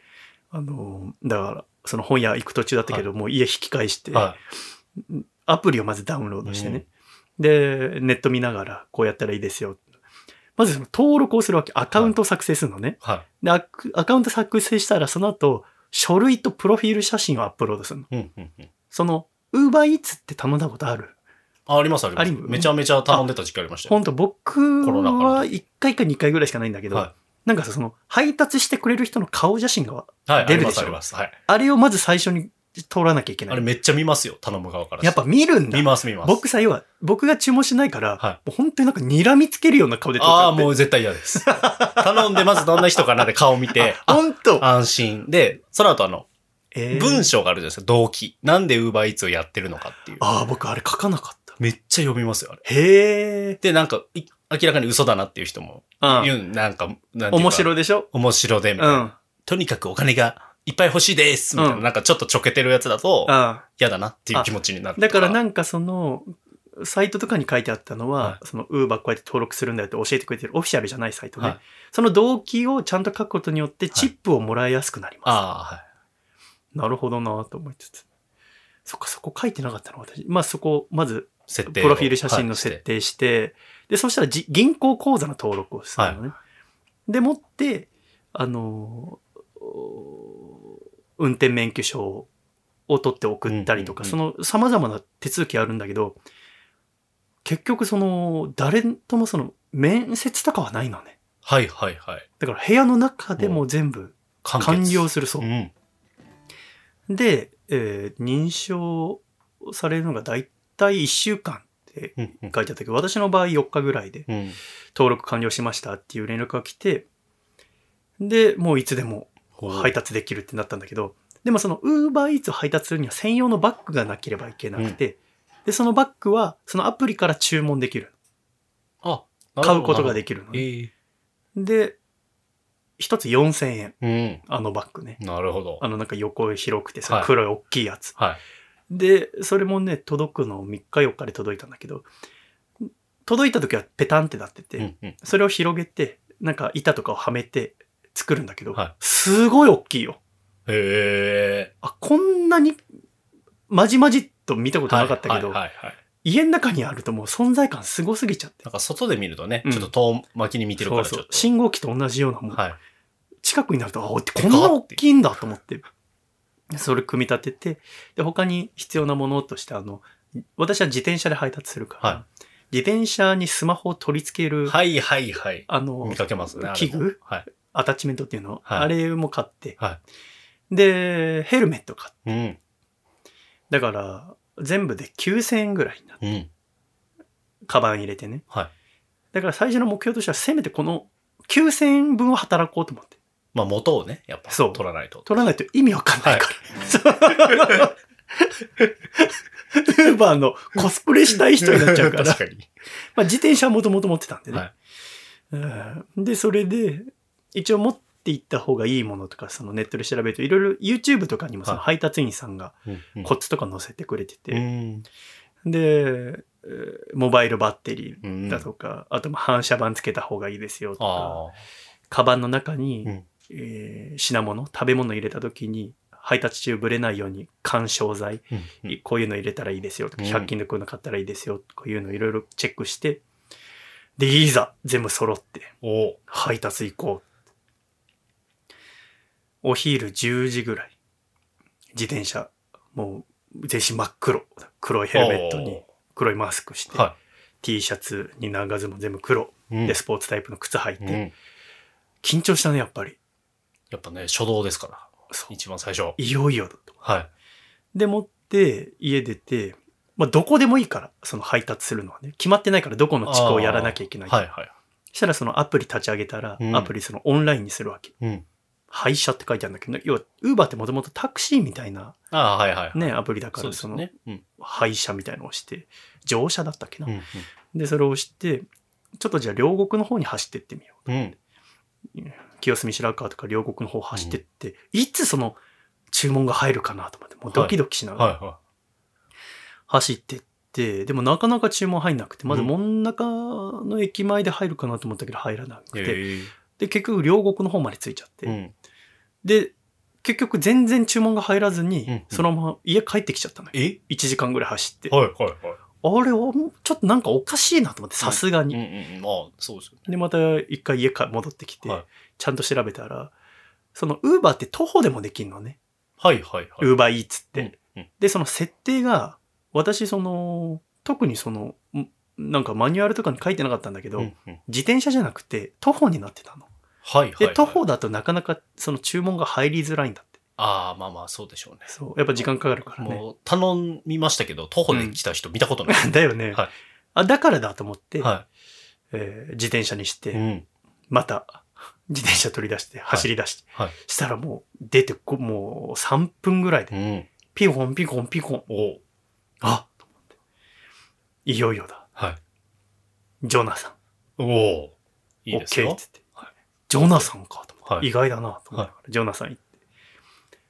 Speaker 1: あの、だから、その本屋行く途中だったけど、もう家引き返して、
Speaker 2: は
Speaker 1: アプリをまずダウンロードしてね。で、ネット見ながら、こうやったらいいですよ。まずその登録をするわけ。アカウントを作成するのね。
Speaker 2: い。は
Speaker 1: でアク、アカウント作成したら、その後、書類とプロフィール写真をアップロードするの。
Speaker 2: い。うんうんうん。
Speaker 1: その、ウーバーイーツって頼んだことある
Speaker 2: あ、ありますありま
Speaker 1: あり
Speaker 2: す。めちゃめちゃ頼んでた時期ありましたよ
Speaker 1: ほんと、僕
Speaker 2: コロナ禍の
Speaker 1: は1回か2回ぐらいしかないんだけど、
Speaker 2: は
Speaker 1: なんかさ、その、配達してくれる人の顔写真が、
Speaker 2: い。はい。
Speaker 1: 出る
Speaker 2: 出る
Speaker 1: で
Speaker 2: で
Speaker 1: し
Speaker 2: し
Speaker 1: ょ
Speaker 2: ょ。あります。はい。
Speaker 1: あれをまず最初に通らなきゃいけな
Speaker 2: あれ
Speaker 1: い。
Speaker 2: めっちゃ見ますよ、頼む側からして
Speaker 1: やっぱ見るんだ
Speaker 2: 見。ます見ます。
Speaker 1: 僕さ、要は、僕が注文しないから、
Speaker 2: は
Speaker 1: もう本当になんか睨みつけるような顔で撮っち
Speaker 2: あ
Speaker 1: ゃ
Speaker 2: あ、
Speaker 1: って。
Speaker 2: もう絶対嫌
Speaker 1: [LAUGHS]
Speaker 2: です。頼んで、まずどんな人かなって顔見て、あ
Speaker 1: 本当
Speaker 2: 安心。で、その後あの、
Speaker 1: えー
Speaker 2: 文章があるじゃないですか、動機。なんで UberEats をやってるのかっていう。
Speaker 1: ああ、僕あれ書かなかった。
Speaker 2: めっちゃ読みますよ、あれ。
Speaker 1: へえ。
Speaker 2: で、なんか、い明らかに嘘だなっていう人も、
Speaker 1: うん。
Speaker 2: 言う、なんか、なんていうか
Speaker 1: 面白いでしょ
Speaker 2: 面白で、み
Speaker 1: う
Speaker 2: たい
Speaker 1: ん。う
Speaker 2: な、
Speaker 1: ん。
Speaker 2: とにかくお金がいっぱい欲しいです、みたいな、
Speaker 1: うん
Speaker 2: なんかちょっとちょけてるやつだと、嫌だなっていう気持ちになる。
Speaker 1: だからなんんかその、サイトとかに書いてあったのは、
Speaker 2: は
Speaker 1: その、ウーバーこうやって登録するんだよって教えてくれてるオフィシャルじゃないサイトね。
Speaker 2: はい
Speaker 1: その動機をちゃんと書くことによって、
Speaker 2: い
Speaker 1: チップをもらいやすくなります。
Speaker 2: あ
Speaker 1: なるほどなと思いつつ。そっか、そこ書いてなかったの私。まあそこ、まず、
Speaker 2: あ、設
Speaker 1: プ
Speaker 2: 定を。
Speaker 1: ロフィール写真の
Speaker 2: はい
Speaker 1: 設。定して、で、そしたらじ銀行口座の登録をするのね。で、持って、あのーお運転免許証を取って送ったりとか、
Speaker 2: うんう
Speaker 1: その様々な手続きあるんだけど、結局その、誰ともその、面接とかはないのね。
Speaker 2: はいはいはい。
Speaker 1: だから部屋の中でも全部
Speaker 2: 完結
Speaker 1: 完了するそう
Speaker 2: う。ん。
Speaker 1: で、えー認証されるのがだいたい1週間って
Speaker 2: うんうん
Speaker 1: 書いてあったけど、私の場合4日ぐらいで
Speaker 2: うん。
Speaker 1: 登録完了しましたっていう連絡が来て、で、もういつでも
Speaker 2: ほう
Speaker 1: 配達できるってなったんだけど、でもその UberEats を配達するには専用のバッグがなければいけなくて、で、そのバッグはそのアプリから注文できる。
Speaker 2: あ、
Speaker 1: 買うことが
Speaker 2: き
Speaker 1: できるのね。
Speaker 2: え
Speaker 1: で、一つ4000円。
Speaker 2: え
Speaker 1: あのバッグね。
Speaker 2: うん。なるほど。
Speaker 1: あのなんか横広くてさ
Speaker 2: は、い
Speaker 1: 黒い大きいやつ。
Speaker 2: はい。
Speaker 1: で、それもね、届くの3日4日で届いたんだけど、届いた時はペタンってなってて、
Speaker 2: うんうん。
Speaker 1: それを広げて、なんか板とかをはめて作るんだけど、
Speaker 2: はい
Speaker 1: すごい大きいよ。
Speaker 2: へえ。
Speaker 1: あ、こんなに、まじまじっと見たことなかったけど、
Speaker 2: はいはいはいはい。
Speaker 1: 家の中にあるともう存在感すごすぎちゃって。
Speaker 2: なんか外で見るとね、
Speaker 1: うん
Speaker 2: ちょっと遠巻きに見てるからち
Speaker 1: そうそ
Speaker 2: ょっ
Speaker 1: う
Speaker 2: と。
Speaker 1: 信号機と同じようなもん、
Speaker 2: はい。
Speaker 1: 近くになると、あ、おいこんな大きいんだと思って、それ組み立てて、で、他に必要なものとして、あの、私は自転車で配達するから、
Speaker 2: は
Speaker 1: 自転車にスマホを取り付ける、
Speaker 2: はいはいはい。
Speaker 1: あ
Speaker 2: 見
Speaker 1: の、
Speaker 2: かけますね。あれも
Speaker 1: 器具
Speaker 2: はい。
Speaker 1: アタッチメントっていうの、
Speaker 2: はい
Speaker 1: あれも買って、
Speaker 2: は
Speaker 1: で、ヘルメット買って、
Speaker 2: うん。
Speaker 1: だから、全部で9000円ぐらいになる。
Speaker 2: うん。
Speaker 1: カバン入れてね。
Speaker 2: はい。
Speaker 1: だから最初の目標としては、せめてこの9000円分を働こうと思って。
Speaker 2: まあ元をね、やっぱ
Speaker 1: そう
Speaker 2: 取らないと。
Speaker 1: 取らないと意味わかんないから。 [LAUGHS] ウーバーのコスプレしたい人になっちゃうから、
Speaker 2: [LAUGHS] 確かに。
Speaker 1: まあ自転車はもともと持ってたんでね、
Speaker 2: はい
Speaker 1: うんで、それで、一応持って行った方がいいものとか、そのネットで調べると、いろいろ YouTube とかにもその
Speaker 2: は
Speaker 1: 配達員さんが
Speaker 2: うん
Speaker 1: コツとか載せてくれて
Speaker 2: う
Speaker 1: て、
Speaker 2: ん
Speaker 1: で、えーモバイルバッテリ
Speaker 2: うん
Speaker 1: ーだとか、あとまあ反射板つけた方がいいですよとか、
Speaker 2: ああ。
Speaker 1: カバンの中に、
Speaker 2: うん
Speaker 1: えー品物食べ物入れた時に配達中ぶれないように緩衝材、
Speaker 2: うんうん
Speaker 1: こういうの入れたらいいですよとか、
Speaker 2: うん
Speaker 1: 100均でこういうの買ったらいいですよとかいうのいろいろチェックしてでいざ全部揃って
Speaker 2: お
Speaker 1: 配達行こうお昼10時ぐらい自転車もう全身真っ黒黒いヘルメットに黒いマスクして、
Speaker 2: は
Speaker 1: T シャツに長ズボン全部黒
Speaker 2: い。うん
Speaker 1: でスポーツタイプの靴履いて、
Speaker 2: うん
Speaker 1: 緊張したねやっぱり
Speaker 2: やっぱね、初動ですから。
Speaker 1: そう
Speaker 2: 一番最初。
Speaker 1: いよいよだと。
Speaker 2: はい。
Speaker 1: で、持って、家出て、まあ、どこでもいいから、その配達するのはね。決まってないから、どこの地区をやらなきゃいけない。
Speaker 2: はいはい。
Speaker 1: したら、そのアプリ立ち上げたら、
Speaker 2: うん
Speaker 1: アプリそのオンラインにするわけ。
Speaker 2: うん。
Speaker 1: 配車って書いてあるんだけど、要は、ウーバーってもともとタクシーみたいな
Speaker 2: ああ、はいはい。
Speaker 1: ね、アプリだか
Speaker 2: そう
Speaker 1: ら、
Speaker 2: です
Speaker 1: そ
Speaker 2: よ
Speaker 1: の
Speaker 2: ね。うん。
Speaker 1: 配車みたいのをして、乗車だったっけな。
Speaker 2: うん
Speaker 1: で、それをして、ちょっとじゃあ両国の方に走ってってみよ
Speaker 2: うん。うん
Speaker 1: う。清澄白河とか両国の方走ってって、いつその注文が入るかなと思って、もうドキドキしながら。
Speaker 2: はいは
Speaker 1: 走ってって、でもなかなか注文入んなくて、まず真ん中の駅前で入るかなと思ったけど入らなく
Speaker 2: い。
Speaker 1: て、
Speaker 2: え
Speaker 1: で、結局両国の方まで着いちゃって、
Speaker 2: えうん。
Speaker 1: で、結局全然注文が入らずに、
Speaker 2: うんうん
Speaker 1: そのまま家帰ってきちゃったのよ。
Speaker 2: え
Speaker 1: 1時間ぐらい走って。あ
Speaker 2: はいはいはい。
Speaker 1: れ、おちょっとなんかおかしいなと思って、さすが
Speaker 2: うん
Speaker 1: に。
Speaker 2: うんうん。まあ、そうですよね。
Speaker 1: で、また一回家か戻ってきて、
Speaker 2: はい
Speaker 1: ちゃんと調べたら、その、ウーバーって徒歩でもできるのね。
Speaker 2: はいはいはい。
Speaker 1: ウーバーイーツって。
Speaker 2: うんうん
Speaker 1: で、その設定が、私、その、特にその、んなんかマニュアルとかに書いてなかったんだけど、
Speaker 2: うんうん
Speaker 1: 自転車じゃなくて、徒歩になってたの。
Speaker 2: はいはい
Speaker 1: で、
Speaker 2: はい。
Speaker 1: 徒歩だとなかなかその注文が入りづらいんだって。
Speaker 2: ああ、まあまあ、そうでしょうね。
Speaker 1: そう。やっぱ時間かかるからね。
Speaker 2: もう、頼みましたけど、徒歩で来た人見たことない。
Speaker 1: [LAUGHS] だよね、
Speaker 2: はい
Speaker 1: あ。だからだと思って、
Speaker 2: は
Speaker 1: えー自転車にして、
Speaker 2: い。うん。
Speaker 1: また、自転車取り出して、走り出して、
Speaker 2: はいはい
Speaker 1: したらもう出てこ、もう3分ぐらいで、
Speaker 2: うん。
Speaker 1: ピコンピコンピコン、
Speaker 2: お
Speaker 1: あと思って。いよいよだ。
Speaker 2: はい。
Speaker 1: ジョナサン。
Speaker 2: おおい
Speaker 1: オッ
Speaker 2: いで
Speaker 1: ケ
Speaker 2: す
Speaker 1: ーっ
Speaker 2: よ。
Speaker 1: つって、ジョナサンかと思って、
Speaker 2: はい
Speaker 1: 意外だなと思って、ジョナサン行って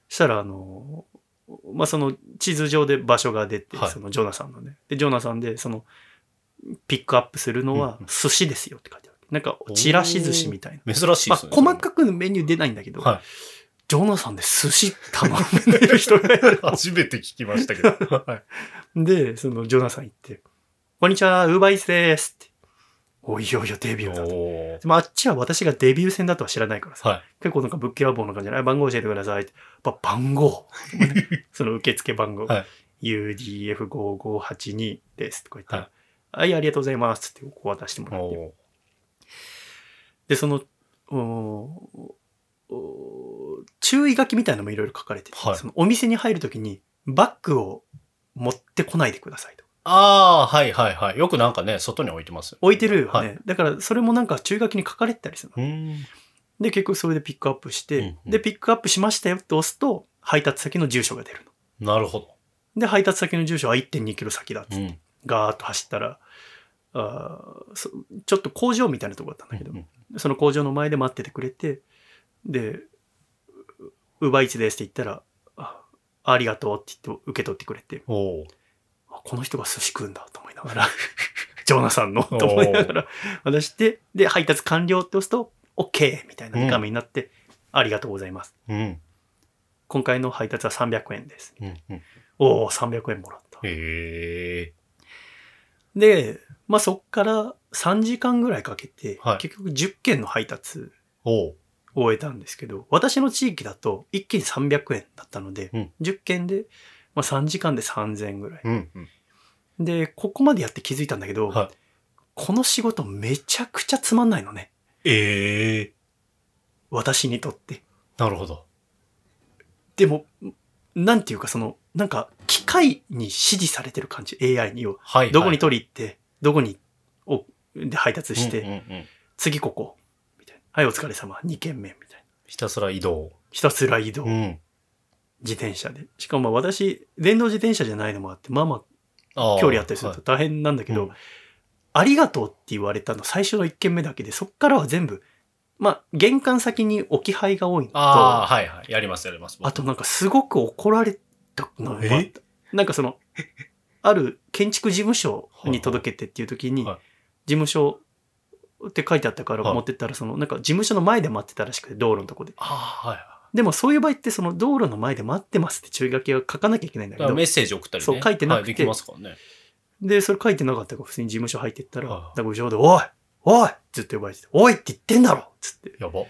Speaker 1: したらあのまあその地図上で場所が出て、
Speaker 2: はい
Speaker 1: そのジョナサンのねでジョナサンでそのピックアップするのは
Speaker 2: うん
Speaker 1: 寿司ですよって書いてあるなんかちらし寿司みたいな、
Speaker 2: 珍しい
Speaker 1: まあ、
Speaker 2: ですね。
Speaker 1: 細かくメニュー出ないんだけど、
Speaker 2: は
Speaker 1: ジョナサンで寿司頼んでる人がいる
Speaker 2: [LAUGHS] い。初めて聞きましたけど。はい。
Speaker 1: でそのジョナサン行って「こんにちはウーバーイーツです」って「おいよいよデビューだ」と。
Speaker 2: お
Speaker 1: まあ、あっちは私がデビュー戦だとは知らないからさ、
Speaker 2: はい
Speaker 1: 結構なんか物件は棒の感じで、あ番号教えてくださいって。ば番号その受付番号。
Speaker 2: はい
Speaker 1: UDF5582 ですとか言ったら、
Speaker 2: は
Speaker 1: はい、ありがとうございますってこう渡しても
Speaker 2: お
Speaker 1: らって。
Speaker 2: お
Speaker 1: で、その、おーおー注意書きみたいなのもいろいろ書かれてて、
Speaker 2: はい
Speaker 1: そのお店に入るときにバッグを持ってこないでくださいと。
Speaker 2: ああ、はいはいはい。よくなんかね、外に置いてますよね。
Speaker 1: 置いてるよね。
Speaker 2: はい。
Speaker 1: だからそれもなんか注意書きに書かれてたりするの
Speaker 2: うーん。
Speaker 1: で、結局それでピックアップして、
Speaker 2: うんうん
Speaker 1: で、ピックアップしましたよって押すと、配達先の住所が出るの。
Speaker 2: なるほど。
Speaker 1: で、配達先の住所は1 2キロ先だっつって
Speaker 2: うん。
Speaker 1: ガーッと走ったら、あーそちょっと工場みたいなとこだったんだけど、
Speaker 2: うん
Speaker 1: その工場の前で待っててくれて、で、ウーバーイーツですって言ったら、あありがとうって言って受け取ってくれて、
Speaker 2: おう
Speaker 1: あこの人が寿司食うんだと思いながら、ジョナサンのと思いながら渡して、で、配達完了って押すと、OK! みたいな画面になって、ありがとうございます。
Speaker 2: うん。
Speaker 1: 今回の配達は300円です。
Speaker 2: うん。うん。
Speaker 1: おお、300円もらった。
Speaker 2: へえ。
Speaker 1: で、まあ、そっから3時間ぐらいかけて、
Speaker 2: はい
Speaker 1: 結局10件の配達
Speaker 2: おう。
Speaker 1: を終えたんですけど、私の地域だと1件300円だったので、
Speaker 2: うん
Speaker 1: 10件で、まあ、3時間で3000円ぐらい。
Speaker 2: うん。うん
Speaker 1: で、ここまでやって気づいたんだけど、
Speaker 2: は
Speaker 1: この仕事めちゃくちゃつまんないのね。
Speaker 2: い。ええ。
Speaker 1: 私にとって。
Speaker 2: なるほど。
Speaker 1: でも、なんていうかその、なんか機械に指示されてる感じ、AI にを。
Speaker 2: はい。
Speaker 1: どこに
Speaker 2: と
Speaker 1: 取り行って、どこに、を、で配達して、
Speaker 2: うんうんうん
Speaker 1: 次ここ、みたいな。はい、お疲れ様、2件目、みたいな。
Speaker 2: ひたすら移動。
Speaker 1: ひたすら移動、
Speaker 2: ん。
Speaker 1: 自転車で。しかもまあ私、電動自転車じゃないのもあって、まあま
Speaker 2: あ
Speaker 1: あ
Speaker 2: ー
Speaker 1: 距離あったりすると大変なんだけど、
Speaker 2: はいうん
Speaker 1: ありがとうって言われたの最初の1件目だけで、そっからは全部、まあ、玄関先に置き配が多いのと、
Speaker 2: あ
Speaker 1: あ
Speaker 2: あ、はいはい。やります、やります。
Speaker 1: となんかすごく怒られたのがあっ
Speaker 2: え
Speaker 1: た。なんかその、ある建築事務所に届けてっていう時に、
Speaker 2: はいは
Speaker 1: 事務所って書いてあったから
Speaker 2: はい
Speaker 1: 持ってったら、その、なんか事務所の前で待ってたらしくて、道路のとこで。
Speaker 2: ああ、はいは
Speaker 1: でもそういう場合ってその道路の前で待ってますって注意書きは書かなきゃいけないんだけ
Speaker 2: い。だから
Speaker 1: ど
Speaker 2: メッ、セージ送ったりね。
Speaker 1: そう書いてなくて
Speaker 2: はできますからね。
Speaker 1: で、それ書いてなかったから普通に事務所入ってったら、
Speaker 2: はい
Speaker 1: なんか後ろで、おいおいずっと呼ばれてて、おいって言ってんだろつって。
Speaker 2: やば。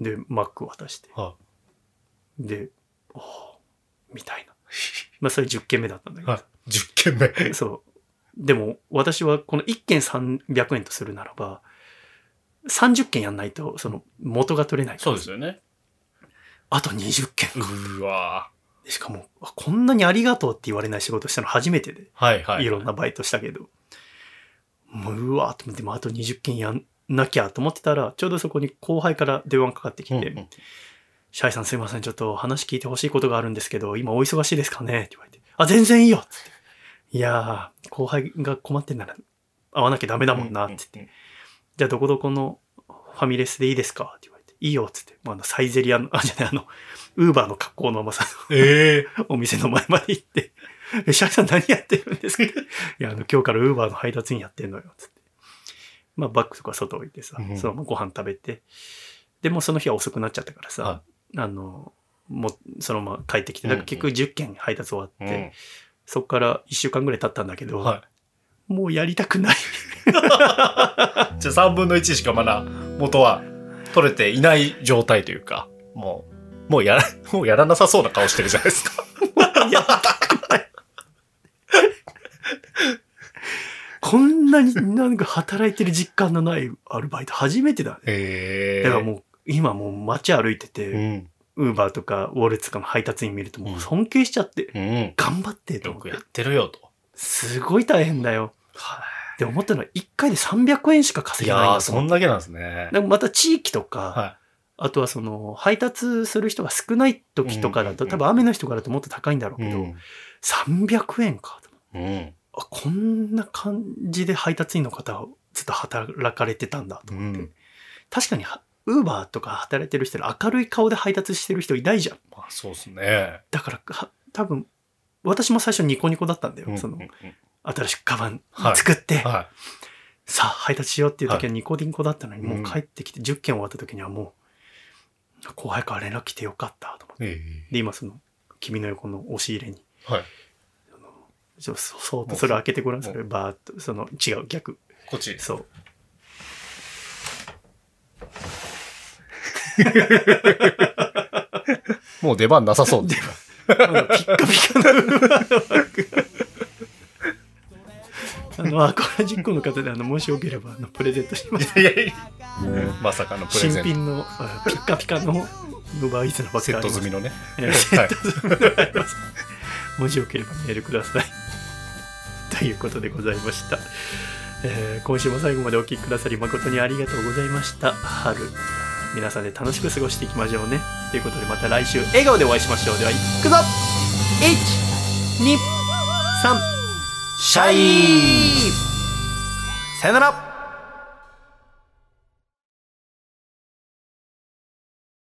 Speaker 1: で、マック渡して。
Speaker 2: は
Speaker 1: で、おーみたいな。まあそれ10件目だったんだけど。
Speaker 2: はい
Speaker 1: [LAUGHS]
Speaker 2: 10件目。
Speaker 1: そう。でも私はこの1件300円とするならば、30件やんないと、その元が取れないから。
Speaker 2: そうですよね。
Speaker 1: あと20件。
Speaker 2: うわ
Speaker 1: でしかも、あこんなにありがとうって言われない仕事したの初めてで。
Speaker 2: はいはい。
Speaker 1: いろんなバイトしたけど、もううわーと思って、まあ、あと20件やんなきゃと思ってたら、ちょうどそこに後輩から電話がかかってき
Speaker 2: うん
Speaker 1: て、
Speaker 2: うん
Speaker 1: シャイさんすいません、ちょっと話聞いてほしいことがあるんですけど、今お忙しいですかねって言われて、あ、全然いいよつって。いやー、後輩が困ってんなら会わなきゃダメだもんなって言って、じゃあどこどこのファミレスでいいですかって言われて、いいよっつって、まあ、あのサイゼリアの、あ、じゃない、あの、ウーバーの格好のままさ、
Speaker 2: ええ
Speaker 1: お店の前まで行って、え、シャイさん何やってるんですかいや、あの、今日からウーバーの配達員やってんのよ、つって。まあ、バッグとか外置いてさ
Speaker 2: う、ん
Speaker 1: そのままご飯食べて、でもうその日は遅くなっちゃったからさ、
Speaker 2: は
Speaker 1: あの、もうそのまま帰ってきて、だから結
Speaker 2: う
Speaker 1: 局10件配達終わって、
Speaker 2: うん
Speaker 1: そこから1週間ぐらい経ったんだけど、
Speaker 2: は
Speaker 1: もうやりたくない。
Speaker 2: い。じゃあ3分の1しかまだ元は取れていない状態というか、もう、もうやら、 [LAUGHS] もうやらなさそうな顔してるじゃないですか。
Speaker 1: こんなになんか働いてる実感のないアルバイト初めてだね。
Speaker 2: [LAUGHS] え
Speaker 1: だからもう、今もう街歩いてて、
Speaker 2: ん。
Speaker 1: ウーバーとかウォルツとかの配達員見るともう尊敬しちゃって、
Speaker 2: うん。
Speaker 1: 頑張ってと
Speaker 2: よ
Speaker 1: 思っ
Speaker 2: く
Speaker 1: て
Speaker 2: やっ。てるよと。
Speaker 1: すごい大変だよ。で思ったのは1回で300円しか稼
Speaker 2: い
Speaker 1: げないん
Speaker 2: やー、
Speaker 1: だと
Speaker 2: そ
Speaker 1: 思
Speaker 2: ん
Speaker 1: う。
Speaker 2: だけなんですね。
Speaker 1: でもまた地域とか、
Speaker 2: は
Speaker 1: あとはその配達する人が少ない時とかだと、
Speaker 2: うんうん
Speaker 1: 多
Speaker 2: うん
Speaker 1: 分雨の日とかだともっと高いんだろう
Speaker 2: い。
Speaker 1: けど、300円かと思って
Speaker 2: うん。
Speaker 1: あこんな感じで配達員の方をずっと働かれてたんだと思って、
Speaker 2: うん
Speaker 1: 確かにウーバーとか働いてる人の明るい顔で配達してる人いないじゃん
Speaker 2: まあそうですね。
Speaker 1: だからは多分私も最初ニコニコだったんだよ、その
Speaker 2: うんうん
Speaker 1: 新しくカバン
Speaker 2: はい
Speaker 1: 作って、
Speaker 2: うんはい。
Speaker 1: さあ配達しようっていう時はニコニコだったのに、
Speaker 2: うん
Speaker 1: もう帰ってきて10件終わった時にはもう後輩から連絡来てよかったと思って
Speaker 2: え
Speaker 1: で今その君の横の押し入れに
Speaker 2: えはい。
Speaker 1: ちょそそーっとそれ開けてごらんそれバーっとその違う逆
Speaker 2: こっちです。
Speaker 1: そう。
Speaker 2: もう出番なさ [LAUGHS] そう。
Speaker 1: なんかピッカピカのあ [LAUGHS] のアコラ実行の方であのもしよければあのプレゼントします
Speaker 2: いやいやまさかのプレ
Speaker 1: 新
Speaker 2: ゼント。
Speaker 1: 品のあピッカピカのウーバーイーツのバッ
Speaker 2: セ
Speaker 1: グあ
Speaker 2: ッ
Speaker 1: り
Speaker 2: ト
Speaker 1: ます
Speaker 2: 済みのね。
Speaker 1: えーセット済みのあります [LAUGHS] もしよければメールください [LAUGHS] ということでございました、えー今週も最後までお聞きくださり誠にありがとうございました春皆さんで楽しく過ごしていきましょうねということでまた来週笑顔でお会いしましょうではいくぞ123シャイさよなら